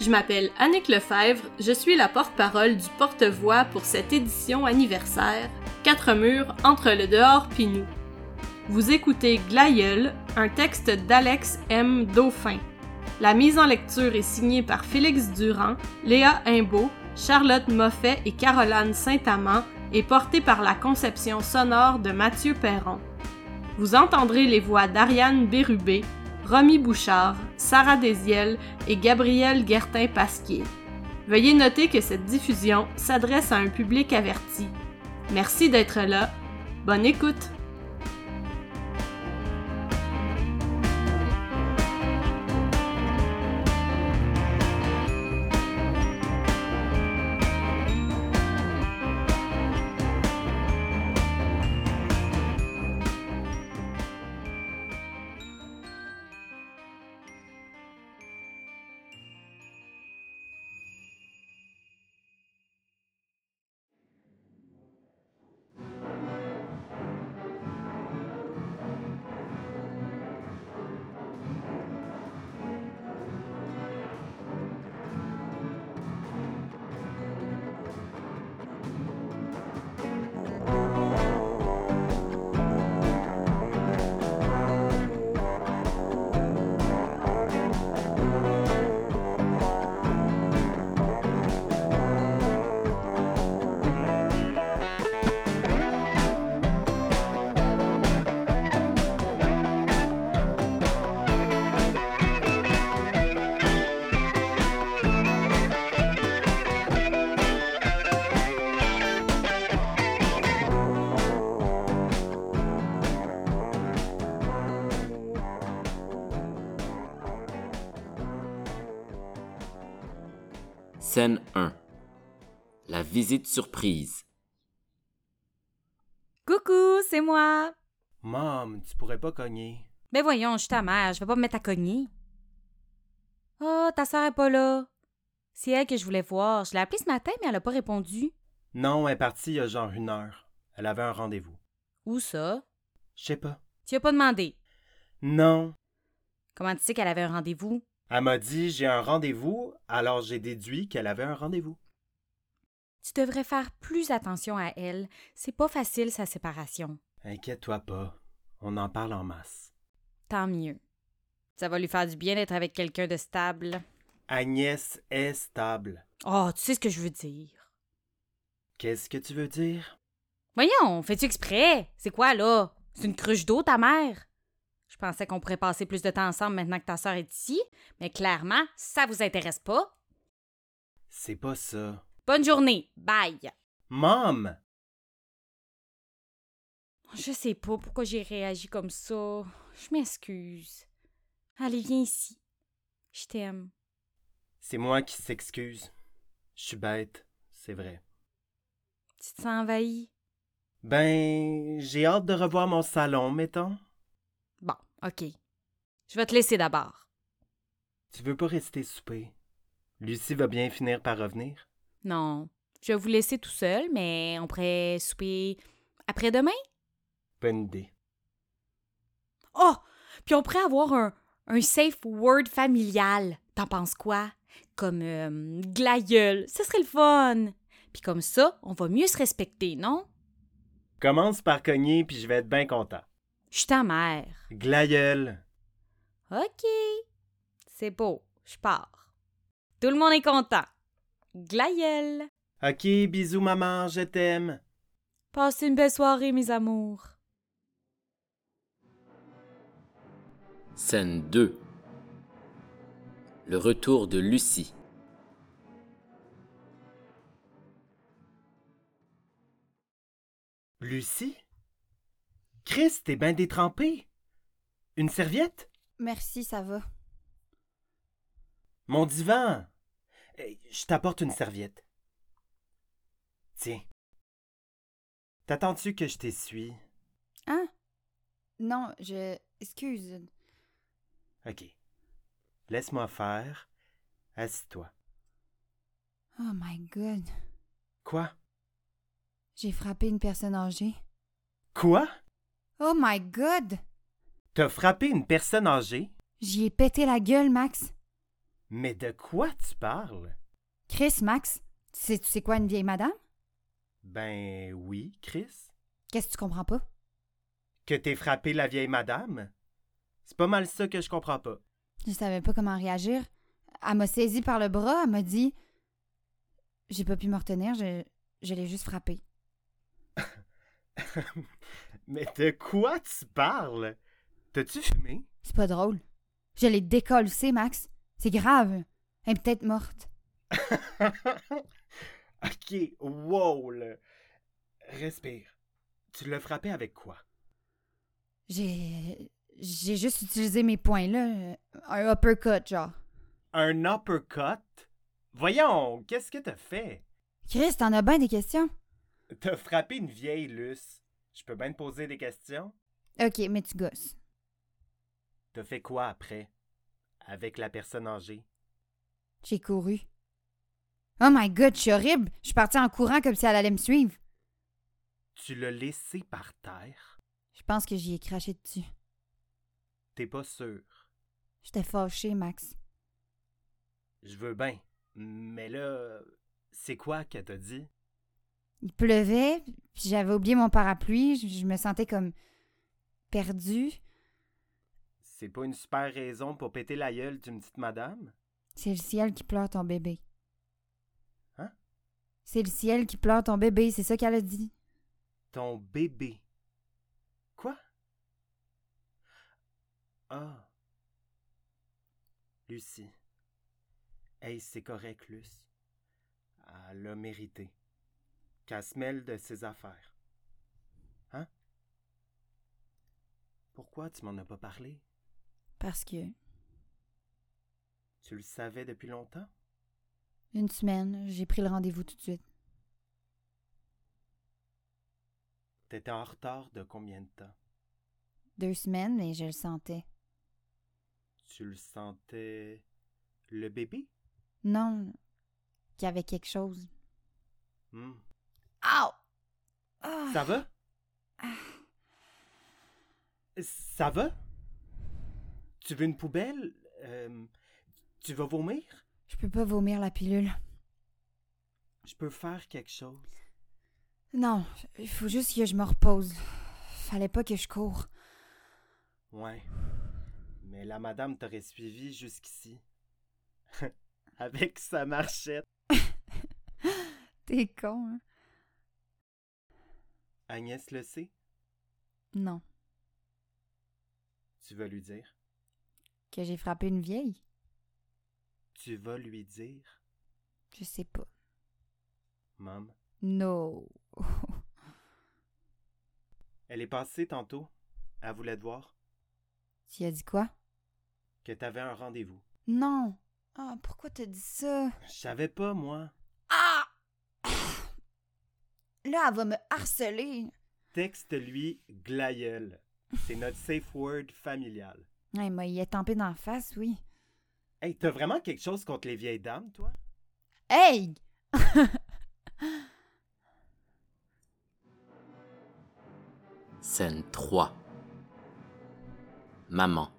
Je m'appelle Annick Lefebvre, je suis la porte-parole du porte-voix pour cette édition anniversaire, Quatre murs entre le dehors puis nous. Vous écoutez Glaïeul, un texte d'Alex M. Dauphin. La mise en lecture est signée par Félix Durand, Léa Imbeau, Charlotte Moffet et Caroline Saint-Amand et portée par la conception sonore de Mathieu Perron. Vous entendrez les voix d'Ariane Bérubé, Romy Bouchard, Sarah Désiel et Gabrielle Guertin-Pasquier. Veuillez noter que cette diffusion s'adresse à un public averti. Merci d'être là. Bonne écoute! Scène 1 La visite surprise. Coucou, c'est moi. Mom, tu pourrais pas cogner. Ben voyons, je suis ta mère, je vais pas me mettre à cogner. Oh, ta sœur est pas là. C'est elle que je voulais voir. Je l'ai appelée ce matin, mais elle a pas répondu. Non, elle est partie il y a genre une heure. Elle avait un rendez-vous. Où ça? Je sais pas. Tu as pas demandé. Non. Comment tu sais qu'elle avait un rendez-vous? Elle m'a dit j'ai un rendez-vous, alors j'ai déduit qu'elle avait un rendez-vous. Tu devrais faire plus attention à elle. C'est pas facile, sa séparation. Inquiète-toi pas. On en parle en masse. Tant mieux. Ça va lui faire du bien d'être avec quelqu'un de stable. Agnès est stable. Oh, tu sais ce que je veux dire. Qu'est-ce que tu veux dire? Voyons, fais-tu exprès? C'est quoi, là? C'est une cruche d'eau, ta mère? Je pensais qu'on pourrait passer plus de temps ensemble maintenant que ta sœur est ici, mais clairement, ça vous intéresse pas. C'est pas ça. Bonne journée. Bye. Mom! Oh, Je sais pas pourquoi j'ai réagi comme ça. Je m'excuse. Allez, viens ici. Je t'aime. C'est moi qui s'excuse. Je suis bête, c'est vrai. Tu te sens envahi. Ben, j'ai hâte de revoir mon salon, mettons. Bon, OK. Je vais te laisser d'abord. Tu veux pas rester souper? Lucie va bien finir par revenir. Non. Je vais vous laisser tout seul, mais on pourrait souper après-demain? Bonne idée. Oh! Puis on pourrait avoir un, un safe word familial. T'en penses quoi? Comme euh, glaïeul. Ce serait le fun. Puis comme ça, on va mieux se respecter, non? Commence par cogner, puis je vais être bien content. Je suis ta mère. Glaïeul! OK. C'est beau. Je pars. Tout le monde est content. Glaïeul. Ok, bisous maman, je t'aime. Passez une belle soirée, mes amours. Scène 2 Le retour de Lucie. Lucie? Chris, t'es bien détrempée. Une serviette? Merci, ça va. Mon divan! Euh, Je t'apporte une serviette. Tiens. T'attends-tu que je t'essuie? Hein? Non, je. Excuse. Ok. Laisse-moi faire. Assis-toi. Oh my god. Quoi? J'ai frappé une personne âgée. Quoi? Oh my god! T'as frappé une personne âgée? J'y ai pété la gueule, Max. Mais de quoi tu parles? Chris, Max, tu sais, tu sais quoi une vieille madame? Ben oui, Chris. Qu'est-ce que tu comprends pas? Que t'es frappé la vieille madame? C'est pas mal ça que je comprends pas. Je savais pas comment réagir. Elle m'a saisie par le bras, elle m'a dit. J'ai pas pu me retenir, je, je l'ai juste frappée. Mais de quoi tu parles? T'as-tu fumé? C'est pas drôle. Je l'ai décollée, Max. C'est grave. Elle est peut-être morte. ok, wow, là. Respire. Tu l'as frappé avec quoi? J'ai. J'ai juste utilisé mes poings, là. Un uppercut, genre. Un uppercut? Voyons, qu'est-ce que t'as fait? Chris, t'en as bien des questions? T'as frappé une vieille luce. Je peux bien te poser des questions? Ok, mais tu gosses. T'as fait quoi après? Avec la personne âgée? J'ai couru. Oh my god, je suis horrible! Je suis partie en courant comme si elle allait me suivre. Tu l'as laissé par terre? Je pense que j'y ai craché dessus. T'es pas sûr? J'étais fâchée, Max. Je veux bien. Mais là, c'est quoi qu'elle t'a dit? Il pleuvait, puis j'avais oublié mon parapluie. Je, je me sentais comme perdue. C'est pas une super raison pour péter la gueule d'une petite madame? C'est le ciel qui pleure ton bébé. Hein? C'est le ciel qui pleure ton bébé, c'est ça qu'elle a dit. Ton bébé. Quoi? Ah. Lucie. Hey, c'est correct, Luce. Elle l'a mérité. Qu'elle se mêle de ses affaires. Hein? Pourquoi tu m'en as pas parlé? Parce que Tu le savais depuis longtemps? une semaine, j'ai pris le rendez-vous tout de suite. T'étais en retard de combien de temps? Deux semaines, et je le sentais. Tu le sentais. le bébé? Non, qu'il y avait quelque chose. Hmm. Ow! Ah! Ça va? Ah. Ça va? Tu veux une poubelle? Euh, tu vas vomir? Je peux pas vomir la pilule. Je peux faire quelque chose. Non, il faut juste que je me repose. Fallait pas que je cours. Ouais. Mais la madame t'aurait suivi jusqu'ici. Avec sa marchette. T'es con, hein? Agnès le sait. Non, Tu vas lui dire. que j'ai frappé une vieille? Tu vas lui dire. Je sais pas. Mom. No. Elle est passée tantôt. Elle voulait te voir. tu as dit quoi? Que t'avais un rendez-vous. Non. Ah, pourquoi t'as dit ça? Je savais pas, moi. Ah! Là, elle va me harceler. Texte-lui glaïeul. C'est notre safe word familial. Elle m'a y étampé d'en face, oui. Hey, t'as vraiment quelque chose contre les vieilles dames, toi? Hey! Scène 3. Maman.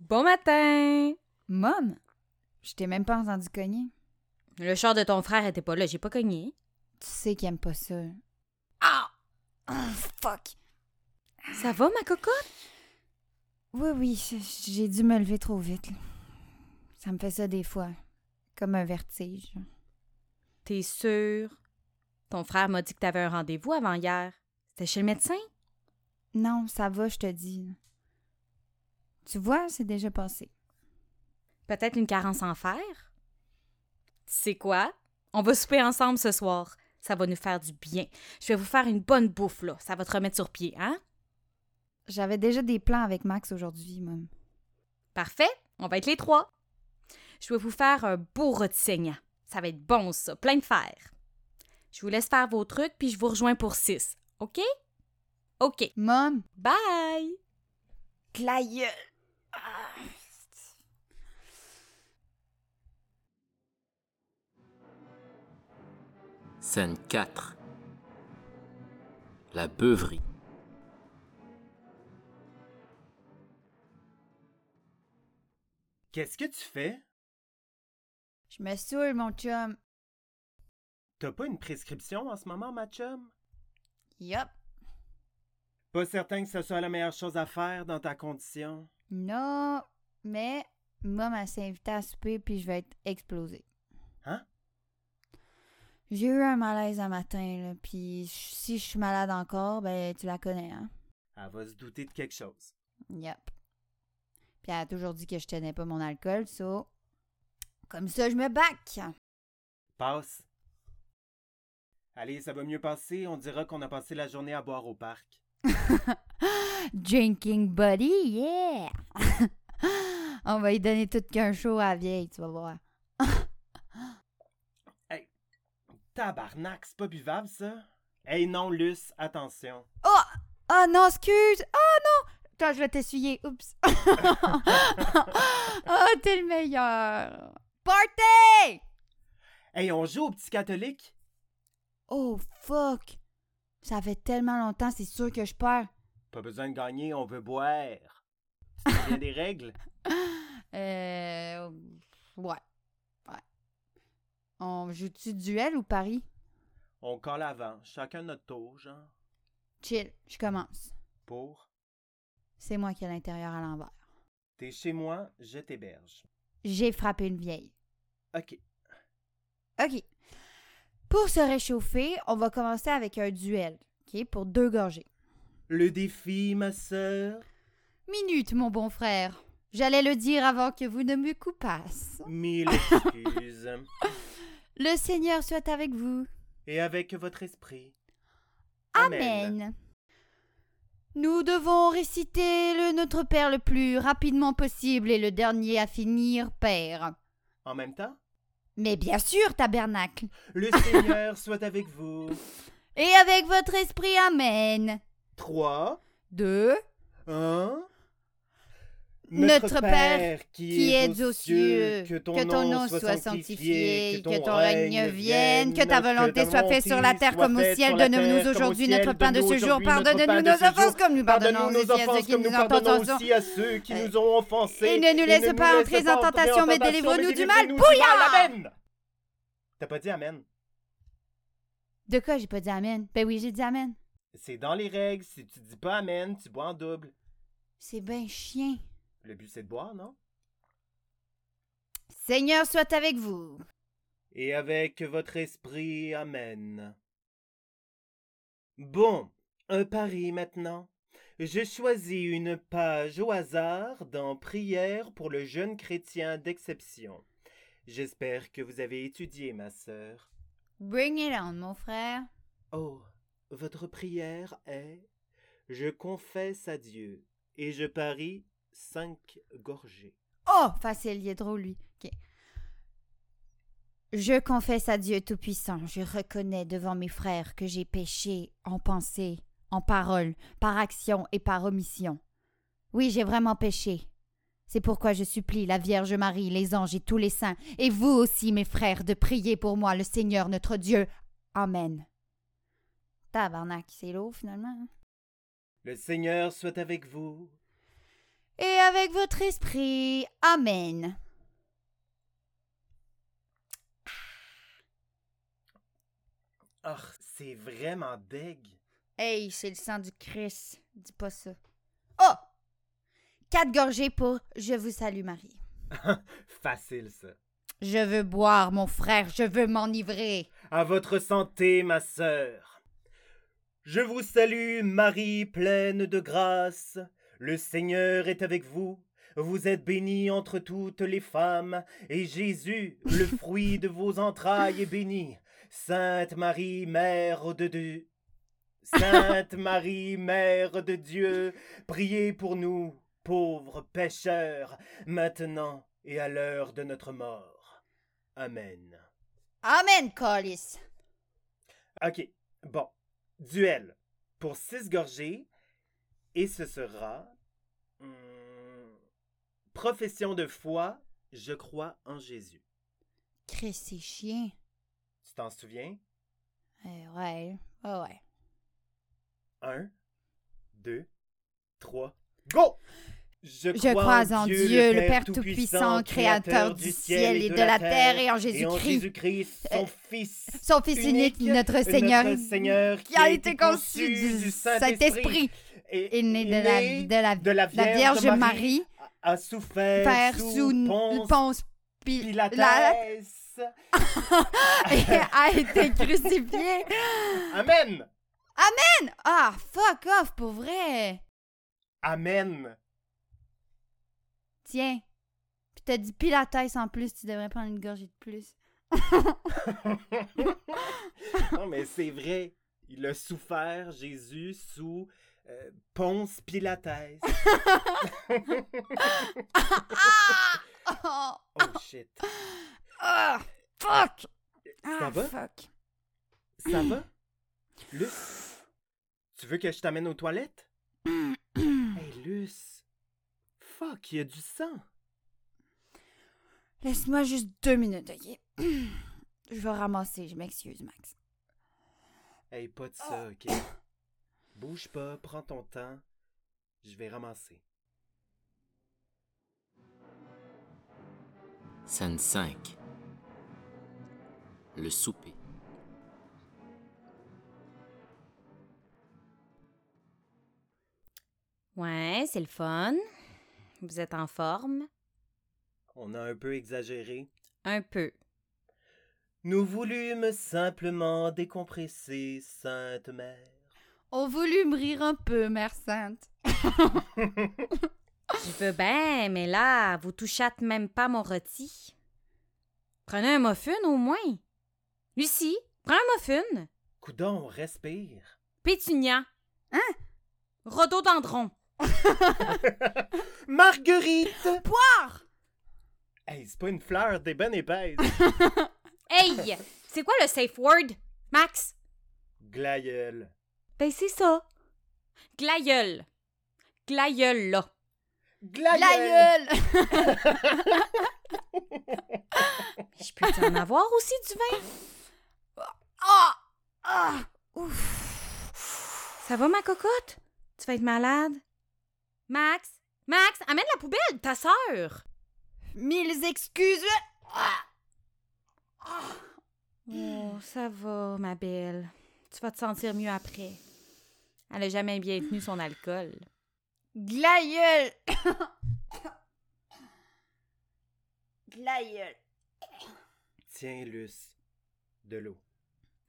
Bon matin! Mom, je t'ai même pas entendu cogner. Le char de ton frère était pas là, j'ai pas cogné. Tu sais qu'il aime pas ça. Ah! Ah, fuck! Ça va, ma cocotte? Oui, oui, j- j'ai dû me lever trop vite. là. Ça me fait ça des fois. Comme un vertige. T'es sûre? Ton frère m'a dit que t'avais un rendez-vous avant hier. C'était chez le médecin? Non, ça va, je te dis. Tu vois, c'est déjà passé. Peut-être une carence en fer? Tu sais quoi? On va souper ensemble ce soir. Ça va nous faire du bien. Je vais vous faire une bonne bouffe, là. Ça va te remettre sur pied, hein? J'avais déjà des plans avec Max aujourd'hui, Mom. Parfait, on va être les trois. Je vais vous faire un beau rôti saignant. Ça va être bon, ça, plein de fer. Je vous laisse faire vos trucs, puis je vous rejoins pour six. OK? OK. Mom! Bye! Claye! Scène 4. La beuverie. Qu'est-ce que tu fais? Je me saoule, mon chum. T'as pas une prescription en ce moment, ma chum? Yup. Pas certain que ce soit la meilleure chose à faire dans ta condition. Non, mais maman m'a invité à souper puis je vais être explosée. Hein? J'ai eu un malaise un matin, là, puis j- si je suis malade encore, ben tu la connais, hein? Elle va se douter de quelque chose. Yup. Puis elle a toujours dit que je tenais pas mon alcool, so... Comme ça, je me bac! Passe. Allez, ça va mieux passer. On dira qu'on a passé la journée à boire au parc. Drinking buddy, yeah! On va lui donner tout qu'un show à la vieille, tu vas voir. Tabarnak, c'est pas buvable, ça? Hey non, Luce, attention. Oh! Ah non, excuse! Oh non! Attends, je vais t'essuyer. Oups! oh, t'es le meilleur! Party! Hey, on joue au petit catholique? Oh, fuck! Ça fait tellement longtemps, c'est sûr que je perds. Pas besoin de gagner, on veut boire. C'est bien des règles? Euh. Ouais. Ouais. On joue-tu duel ou pari? On colle avant, chacun notre tour, genre. Chill, je commence. Pour. C'est moi qui ai l'intérieur à l'envers. T'es chez moi, je t'héberge. J'ai frappé une vieille. Ok. OK. Pour se réchauffer, on va commencer avec un duel, OK, pour deux gorgées. Le défi, ma sœur. Minute, mon bon frère. J'allais le dire avant que vous ne me coupassiez. Mille excuses. Le Seigneur soit avec vous. Et avec votre esprit. Amen. Nous devons réciter le Notre Père le plus rapidement possible et le dernier à finir, Père. En même temps, Mais bien sûr, tabernacle. le Seigneur soit avec vous. Et avec votre esprit, Amen. Trois, Deux. un. Hein? Notre Père qui, qui es aux cieux, que ton nom soit sanctifié, que ton règne vienne, que ta volonté soit faite sur la terre comme au ciel. Donne-nous aujourd'hui notre pain de ce jour. Pardonne-nous nos offenses comme nous pardonnons aussi à ceux qui nous ont offensés. à ceux qui Euh, ont offensés. et ne nous laisse pas entrer en tentation, mais délivre-nous du mal. Bouillard Amen. T'as pas dit Amen. De quoi j'ai pas dit Amen? Ben oui, j'ai dit Amen. C'est dans les règles. Si tu dis pas Amen, tu bois en double. C'est ben chien. Le but, c'est de boire, non? Seigneur soit avec vous. Et avec votre esprit, Amen. Bon, un pari maintenant. Je choisis une page au hasard dans Prière pour le jeune chrétien d'exception. J'espère que vous avez étudié, ma sœur. Bring it on, mon frère. Oh, votre prière est Je confesse à Dieu et je parie cinq gorgées. Oh, facile, il est drôle, lui. Ok. Je confesse à Dieu Tout-Puissant, je reconnais devant mes frères que j'ai péché en pensée, en parole, par action et par omission. Oui, j'ai vraiment péché. C'est pourquoi je supplie la Vierge Marie, les anges et tous les saints, et vous aussi, mes frères, de prier pour moi, le Seigneur notre Dieu. Amen. Tabarnak, c'est lourd finalement. hein. Le Seigneur soit avec vous. Et avec votre esprit. Amen. Ah, c'est vraiment deg. Hey, c'est le sang du Christ. Dis pas ça. Oh! Quatre gorgées pour Je vous salue, Marie. Facile, ça. Je veux boire, mon frère, je veux m'enivrer. À votre santé, ma sœur. Je vous salue, Marie pleine de grâce. Le Seigneur est avec vous. Vous êtes bénie entre toutes les femmes, et Jésus, le fruit de vos entrailles, est béni. Sainte Marie, Mère de Dieu. Sainte Marie, Mère de Dieu, priez pour nous, pauvres pécheurs, maintenant et à l'heure de notre mort. Amen. Amen, Colis. Ok, bon. Duel. Pour 6 gorgées. Et ce sera. hmm, profession de foi, je crois en Jésus. Christ, c'est chien. Tu t'en souviens? Eh ouais, ouais, ouais. 1, 2, 3, go! Je Je crois en Dieu, le Père Tout-Puissant, Créateur du ciel et de la terre, et et en en Jésus-Christ, Jésus-Christ, euh, son Fils, son Fils unique, notre Seigneur, notre Seigneur, qui a été conçu du Saint-Esprit, et né de la, né de la, de la la Vierge Marie, a souffert Père sous, sous Ponce Ponce Pi- Pilates, la- et a été crucifié. Amen, Ah, fuck off, pour vrai. Amen. Tiens, puis t'as dit Pilates en plus, tu devrais prendre une gorgée de plus. non mais c'est vrai, il a souffert Jésus sous euh, Ponce Pilates. Oh, Oh shit, ah, fuck! ça Ah, va? fuck. ça va? Luce, tu veux que je t'amène aux toilettes? Hey Luce, fuck, il y a du sang. Laisse-moi juste deux minutes, ok? Je vais ramasser, je m'excuse, Max. Hey, pas de ça, ok? Bouge pas, prends ton temps. Je vais ramasser. Scène 5. Le souper. Ouais, c'est le fun. Vous êtes en forme? On a un peu exagéré. Un peu. Nous voulûmes simplement décompresser, Sainte Mère. On voulut me rire un peu, Mère Sainte. Je veux bien, mais là, vous touchâtes même pas mon rôti. Prenez un muffin au moins. Lucie, prends un muffin. Coudon, respire. Pétunia. Hein? Rhododendron. Marguerite! Poire! Hey, c'est pas une fleur des bonnes épaisse. Hey! c'est quoi le safe word, Max? Glaïeul. Ben, c'est ça. Glaïeul. Glaïeul, là. Glaïeul! La gueule! Je peux en avoir aussi du vin? Ah! Ah! Ouf! Ça va, ma cocotte? Tu vas être malade? Max? Max, amène la poubelle, ta sœur! Mille excuses! Ah! Oh, ça va, ma belle. Tu vas te sentir mieux après. Elle a jamais bien tenu son alcool. Glaïeul! Glaïeul! Tiens, Luce, de l'eau.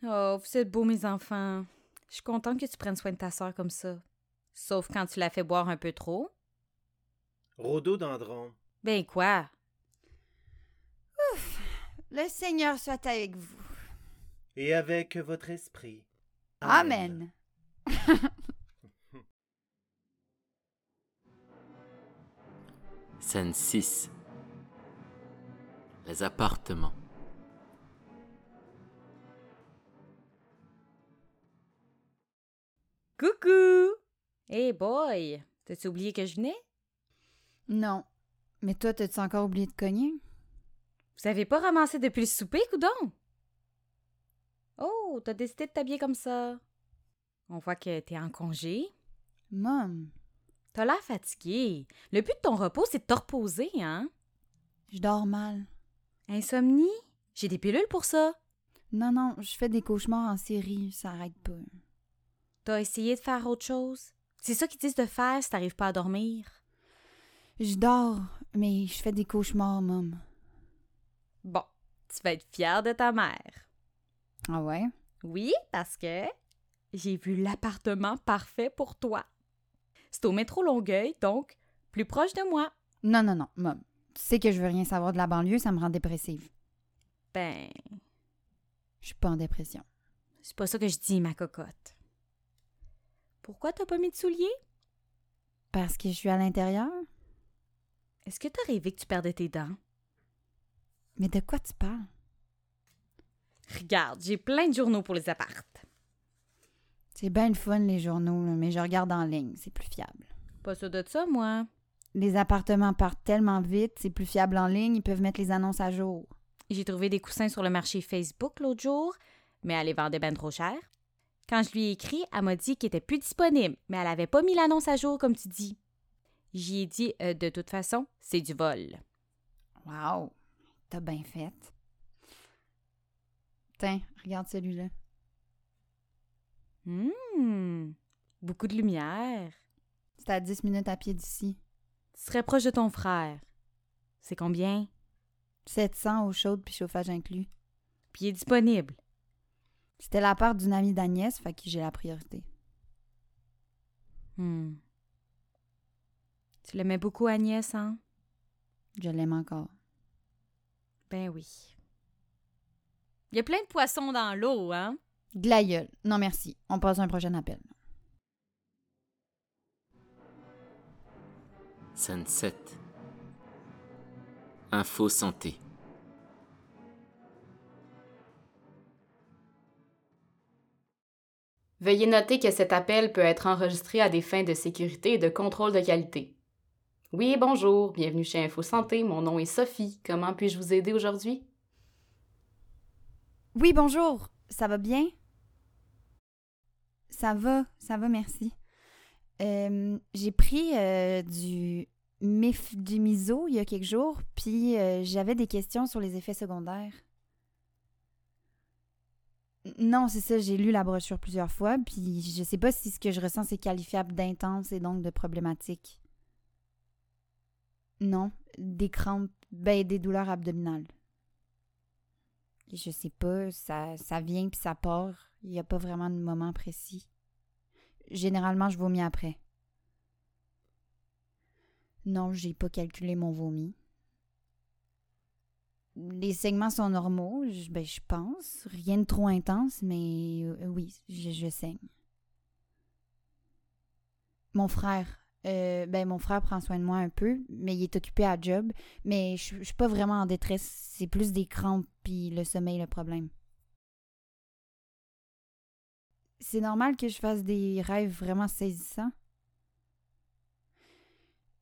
Oh, vous êtes beaux, mes enfants. Je suis contente que tu prennes soin de ta sœur comme ça. Sauf quand tu la fais boire un peu trop. Rhododendron. Ben quoi? Le Seigneur soit avec vous. Et avec votre esprit. Amen. Scène 6. Les appartements. Coucou! Hey boy! T'as-tu oublié que je venais? Non. Mais toi, t'as-tu encore oublié de cogner? Vous avez pas ramassé depuis le souper, coudon? Oh, t'as décidé de t'habiller comme ça. On voit que t'es en congé. Mom, T'as l'air fatigué. Le but de ton repos, c'est de te reposer, hein? je dors mal. Insomnie? J'ai des pilules pour ça. Non, non, je fais des cauchemars en série, ça arrête pas. T'as essayé de faire autre chose? C'est ça qu'ils disent de faire si t'arrives pas à dormir. Je dors, mais je fais des cauchemars, Mom. Bon, tu vas être fière de ta mère. Ah ouais? Oui, parce que j'ai vu l'appartement parfait pour toi. C'est au métro Longueuil, donc plus proche de moi. Non, non, non, Mom. Tu sais que je veux rien savoir de la banlieue, ça me rend dépressive. Ben, Je suis pas en dépression. c'est pas ça que je dis, ma cocotte. Pourquoi t'as pas mis de souliers? Parce que je suis à l'intérieur? Est-ce que t'as rêvé que tu perdais tes dents? Mais de quoi tu parles? Regarde, j'ai plein de journaux pour les appartes. C'est bien le fun, les journaux, là, mais je regarde en ligne, c'est plus fiable. Pas sûr de ça, moi. Les appartements partent tellement vite, c'est plus fiable en ligne, ils peuvent mettre les annonces à jour. J'ai trouvé des coussins sur le marché Facebook l'autre jour, mais elle les vendait bien trop cher. Quand je lui ai écrit, elle m'a dit qu'ils étaient plus disponibles, mais elle avait pas mis l'annonce à jour, comme tu dis. J'y ai dit, euh, de toute façon, c'est du vol. Wow, t'as bien fait. Tiens, regarde celui-là. Hum, beaucoup de lumière. C'est à 10 minutes à pied d'ici. Tu serais proche de ton frère. C'est combien? 700 eau chaude puis chauffage inclus. Puis il est disponible. C'était la part d'une amie d'Agnès, fait que j'ai la priorité. Hum. Tu l'aimais beaucoup, Agnès, hein? Je l'aime encore. Ben oui. Il y a plein de poissons dans l'eau, hein? Glaïeul. Non merci, on passe à un prochain appel. Sunset. Info santé. Veuillez noter que cet appel peut être enregistré à des fins de sécurité et de contrôle de qualité. Oui, bonjour, bienvenue chez Info Santé, mon nom est Sophie. Comment puis-je vous aider aujourd'hui? Oui, bonjour. Ça va bien? Ça va, ça va, merci. Euh, j'ai pris euh, du mif du miso il y a quelques jours, puis euh, j'avais des questions sur les effets secondaires. N- Non, c'est ça, j'ai lu la brochure plusieurs fois, puis je sais pas si ce que je ressens c'est qualifiable d'intense et donc de problématique. Non, des crampes, ben des douleurs abdominales. Je sais pas, ça, ça vient puis ça part. Il n'y a pas vraiment de moment précis. Généralement, je vomis après. Non, j'ai pas calculé mon vomi. Les segments sont normaux, je, ben, je pense. Rien de trop intense, mais euh, oui, je, je saigne. Mon frère. euh, ben, mon frère prend soin de moi un peu, mais il est occupé à job. Mais je je suis pas vraiment en détresse. C'est plus des crampes puis le sommeil le problème. C'est normal que je fasse des rêves vraiment saisissants.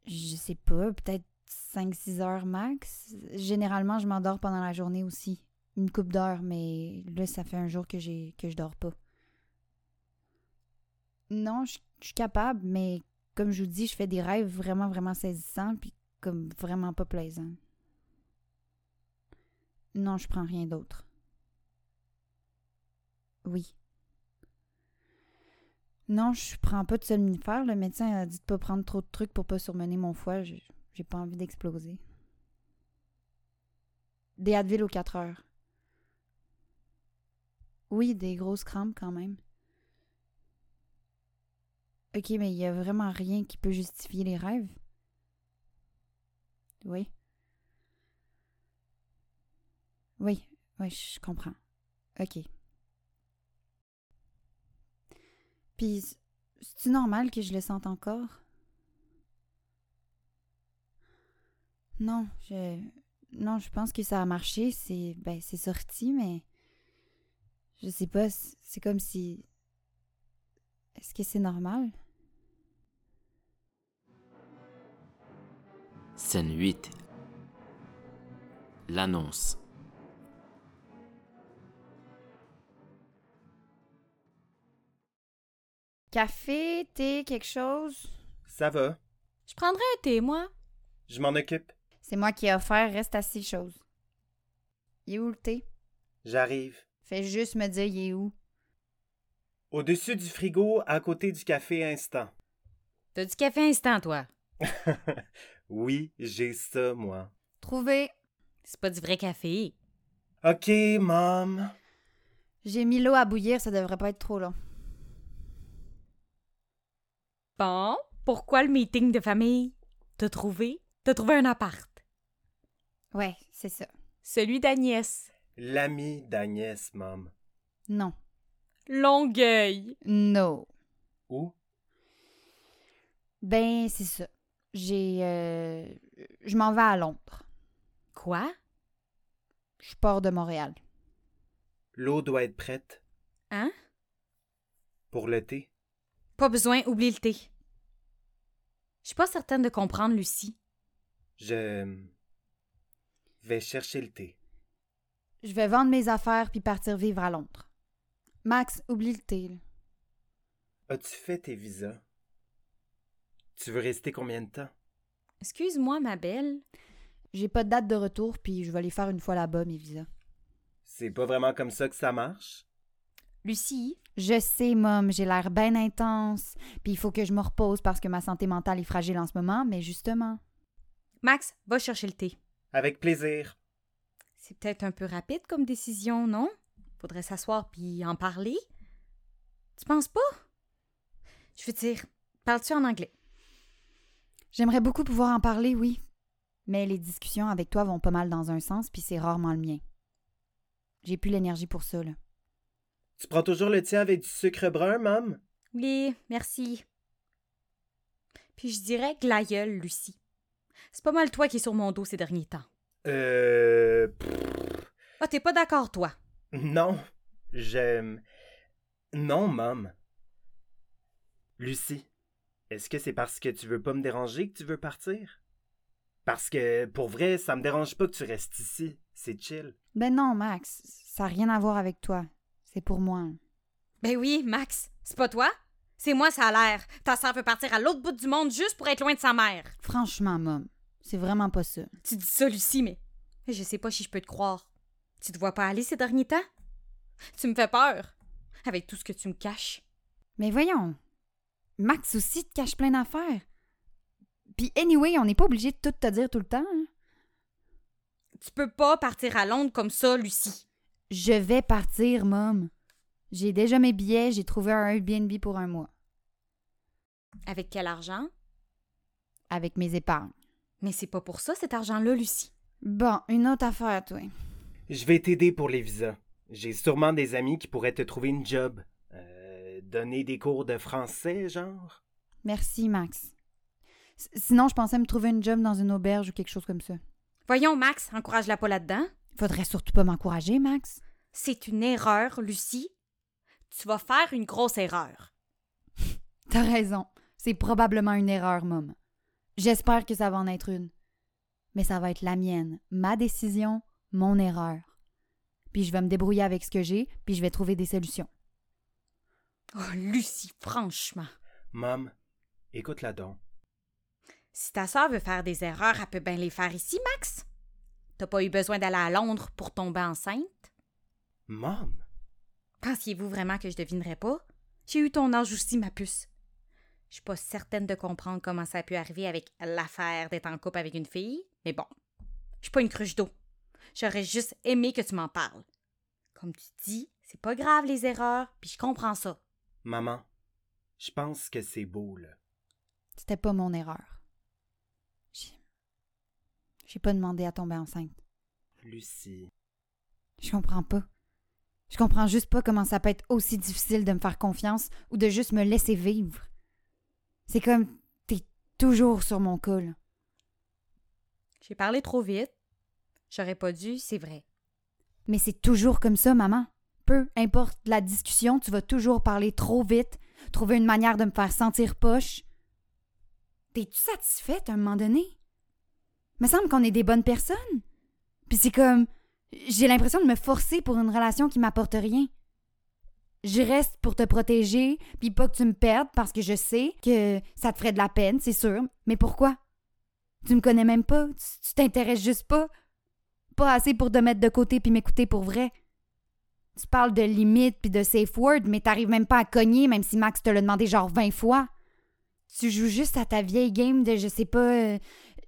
Je sais pas, peut-être 5-6 heures max. Généralement, je m'endors pendant la journée aussi. Une coupe d'heures, mais là, ça fait un jour que j'ai que je dors pas. Non, je je suis capable, mais comme je vous dis, je fais des rêves vraiment, vraiment saisissants, puis comme vraiment pas plaisant. Non, je prends rien d'autre. Oui. Non, je prends pas de somnifère. Le médecin a dit de pas prendre trop de trucs pour pas surmener mon foie. Je- J'ai pas envie d'exploser. Des Advil aux 4 heures. Oui, des grosses crampes quand même. Ok, mais il y a vraiment rien qui peut justifier les rêves. Oui. Oui, oui, je comprends. OK. Puis, c- c'est-tu normal que je le sente encore? Non, je... Non, je pense que ça a marché. C'est... Ben, c'est sorti, mais... Je sais pas, c- c'est comme si... Est-ce que c'est normal? Scène 8. L'annonce. Café, thé, quelque chose? Ça va, Je prendrais un thé, moi. je m'en occupe. C'est moi qui ai offert, reste à six choses. Il est où le thé? J'arrive. Fais juste me dire, il est où? Au-dessus du frigo, à côté du café instant. T'as du café instant, toi. oui, j'ai ça, moi. Trouvé! C'est pas du vrai café. Ok, mom. J'ai mis l'eau à bouillir, ça devrait pas être trop long. Bon, pourquoi le meeting de famille? T'as trouvé? T'as trouvé un appart. Ouais, c'est ça. Celui d'Agnès. L'ami d'Agnès, mom. Non. Longueuil. Non. Où? Ben, c'est ça. J'ai. euh, Je m'en vais à Londres. Quoi? Je pars de Montréal. L'eau doit être prête. Hein? Pour le thé. Pas besoin, oublie le thé. Je suis pas certaine de comprendre, Lucie. Je. vais chercher le thé. Je vais vendre mes affaires puis partir vivre à Londres. Max, oublie le thé. là. As-tu fait tes visas? Tu veux rester combien de temps? Excuse-moi, ma belle. J'ai pas de date de retour, puis je vais aller faire une fois là-bas, mes visas. C'est pas vraiment comme ça que ça marche. Lucie, Je sais, Mom, j'ai l'air bien intense, puis il faut que je me repose parce que ma santé mentale est fragile en ce moment, mais justement. Max, va chercher le thé. Avec plaisir. C'est peut-être un peu rapide comme décision, non? Faudrait s'asseoir puis en parler. Tu penses pas? Je veux dire, parles-tu en anglais? J'aimerais beaucoup pouvoir en parler, oui. Mais les discussions avec toi vont pas mal dans un sens, puis c'est rarement le mien. J'ai plus l'énergie pour ça, là. Tu prends toujours le tien avec du sucre brun, maman? Oui, merci. Puis je dirais glaïeul, Lucie. C'est pas mal toi qui es sur mon dos ces derniers temps. Euh. pff, Ah, t'es pas d'accord, toi? Non. J'aime. Non, maman. Lucie, est-ce que c'est parce que tu veux pas me déranger que tu veux partir? Parce que, pour vrai, ça me dérange pas que tu restes ici. C'est chill. Ben non, Max, ça n'a rien à voir avec toi. C'est pour moi. Ben oui, Max, c'est pas toi? C'est moi, ça a l'air. Ta sœur veut partir à l'autre bout du monde juste pour être loin de sa mère. Franchement, Mom, c'est vraiment pas ça. Tu dis ça, Lucie, mais je sais pas si je peux te croire. Tu te vois pas aller ces derniers temps? Tu me fais peur. Avec tout ce que tu me caches. Mais voyons, Max aussi te cache plein d'affaires. Puis anyway, on n'est pas obligé de tout te dire tout le temps. hein. Tu peux pas partir à Londres comme ça, Lucie. Je vais partir, Mom. J'ai déjà mes billets, j'ai trouvé un Airbnb pour un mois. Avec quel argent? Avec mes épargnes. Mais c'est pas pour ça, cet argent-là, Lucie. Bon, une autre affaire, toi. Je vais t'aider pour les visas. J'ai sûrement des amis qui pourraient te trouver une job. Euh, donner des cours de français, genre? Merci, Max. S- Sinon, je pensais me trouver une job dans une auberge ou quelque chose comme ça. Voyons, Max, encourage-la pas là-dedans. Faudrait surtout pas m'encourager, Max. C'est une erreur, Lucie. Tu vas faire une grosse erreur. T'as raison. C'est probablement une erreur, Mom. J'espère que ça va en être une. Mais ça va être la mienne, ma décision, mon erreur. Puis je vais me débrouiller avec ce que j'ai, puis je vais trouver des solutions. Oh, Lucie, franchement. Mom, écoute-la donc. Si ta sœur veut faire des erreurs, elle peut bien les faire ici, Max. T'as pas eu besoin d'aller à Londres pour tomber enceinte? Mom? Pensiez-vous vraiment que je devinerais pas? J'ai eu ton âge aussi, ma puce. Je suis pas certaine de comprendre comment ça a pu arriver avec l'affaire d'être en couple avec une fille, mais bon. Je suis pas une cruche d'eau. J'aurais juste aimé que tu m'en parles. Comme tu dis, c'est pas grave les erreurs, puis je comprends ça. Maman, je pense que c'est beau, là. C'était pas mon erreur. J'ai- J'ai pas demandé à tomber enceinte. Lucie. Je comprends pas. Je comprends juste pas comment ça peut être aussi difficile de me faire confiance ou de juste me laisser vivre. C'est comme t'es toujours sur mon col. J'ai parlé trop vite. J'aurais pas dû, c'est vrai. Mais c'est toujours comme ça, maman. Peu importe la discussion, tu vas toujours parler trop vite, trouver une manière de me faire sentir poche. T'es-tu satisfaite à un moment donné? Me semble qu'on est des bonnes personnes. Puis c'est comme. J'ai l'impression de me forcer pour une relation qui m'apporte rien. Je reste pour te protéger, puis pas que tu me perdes parce que je sais que ça te ferait de la peine, c'est sûr. Mais pourquoi? Tu me connais même pas, tu- tu t'intéresses juste pas pas assez pour te mettre de côté puis m'écouter pour vrai. Tu parles de limites puis de safe word, mais t'arrives même pas à cogner, même si Max te l'a demandé genre 20 fois. Tu joues juste à ta vieille game de je sais pas, euh,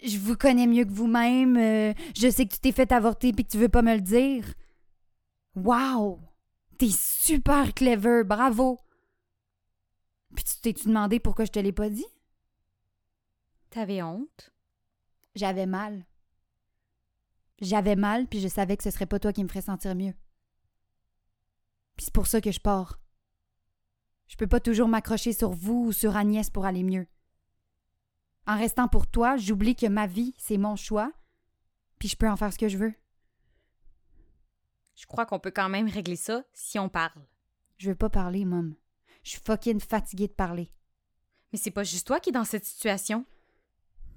je vous connais mieux que vous-même, euh, je sais que tu t'es fait avorter puis que tu veux pas me le dire. Wow! T'es super clever, bravo! Puis tu t'es-tu demandé pourquoi je te l'ai pas dit? T'avais honte? J'avais mal. J'avais mal, puis je savais que ce serait pas toi qui me ferais sentir mieux. Puis c'est pour ça que je pars. Je peux pas toujours m'accrocher sur vous ou sur Agnès pour aller mieux. En restant pour toi, j'oublie que ma vie, c'est mon choix, puis je peux en faire ce que je veux. Je crois qu'on peut quand même régler ça si on parle. Je veux pas parler, Mom. Je suis fucking fatiguée de parler. Mais c'est pas juste toi qui es dans cette situation,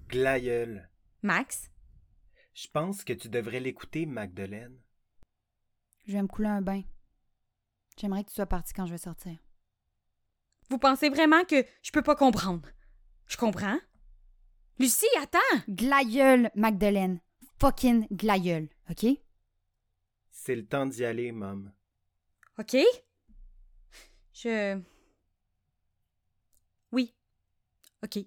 Glaïeul. Max. Je pense que tu devrais l'écouter, Magdeleine. Je vais me couler un bain. J'aimerais que tu sois partie quand je vais sortir. Vous pensez vraiment que je peux pas comprendre? Je comprends. Lucie, attends! Glaïeul, Magdeleine. Fucking glaïeul, OK? C'est le temps d'y aller, Mom. OK? Je. Oui. OK.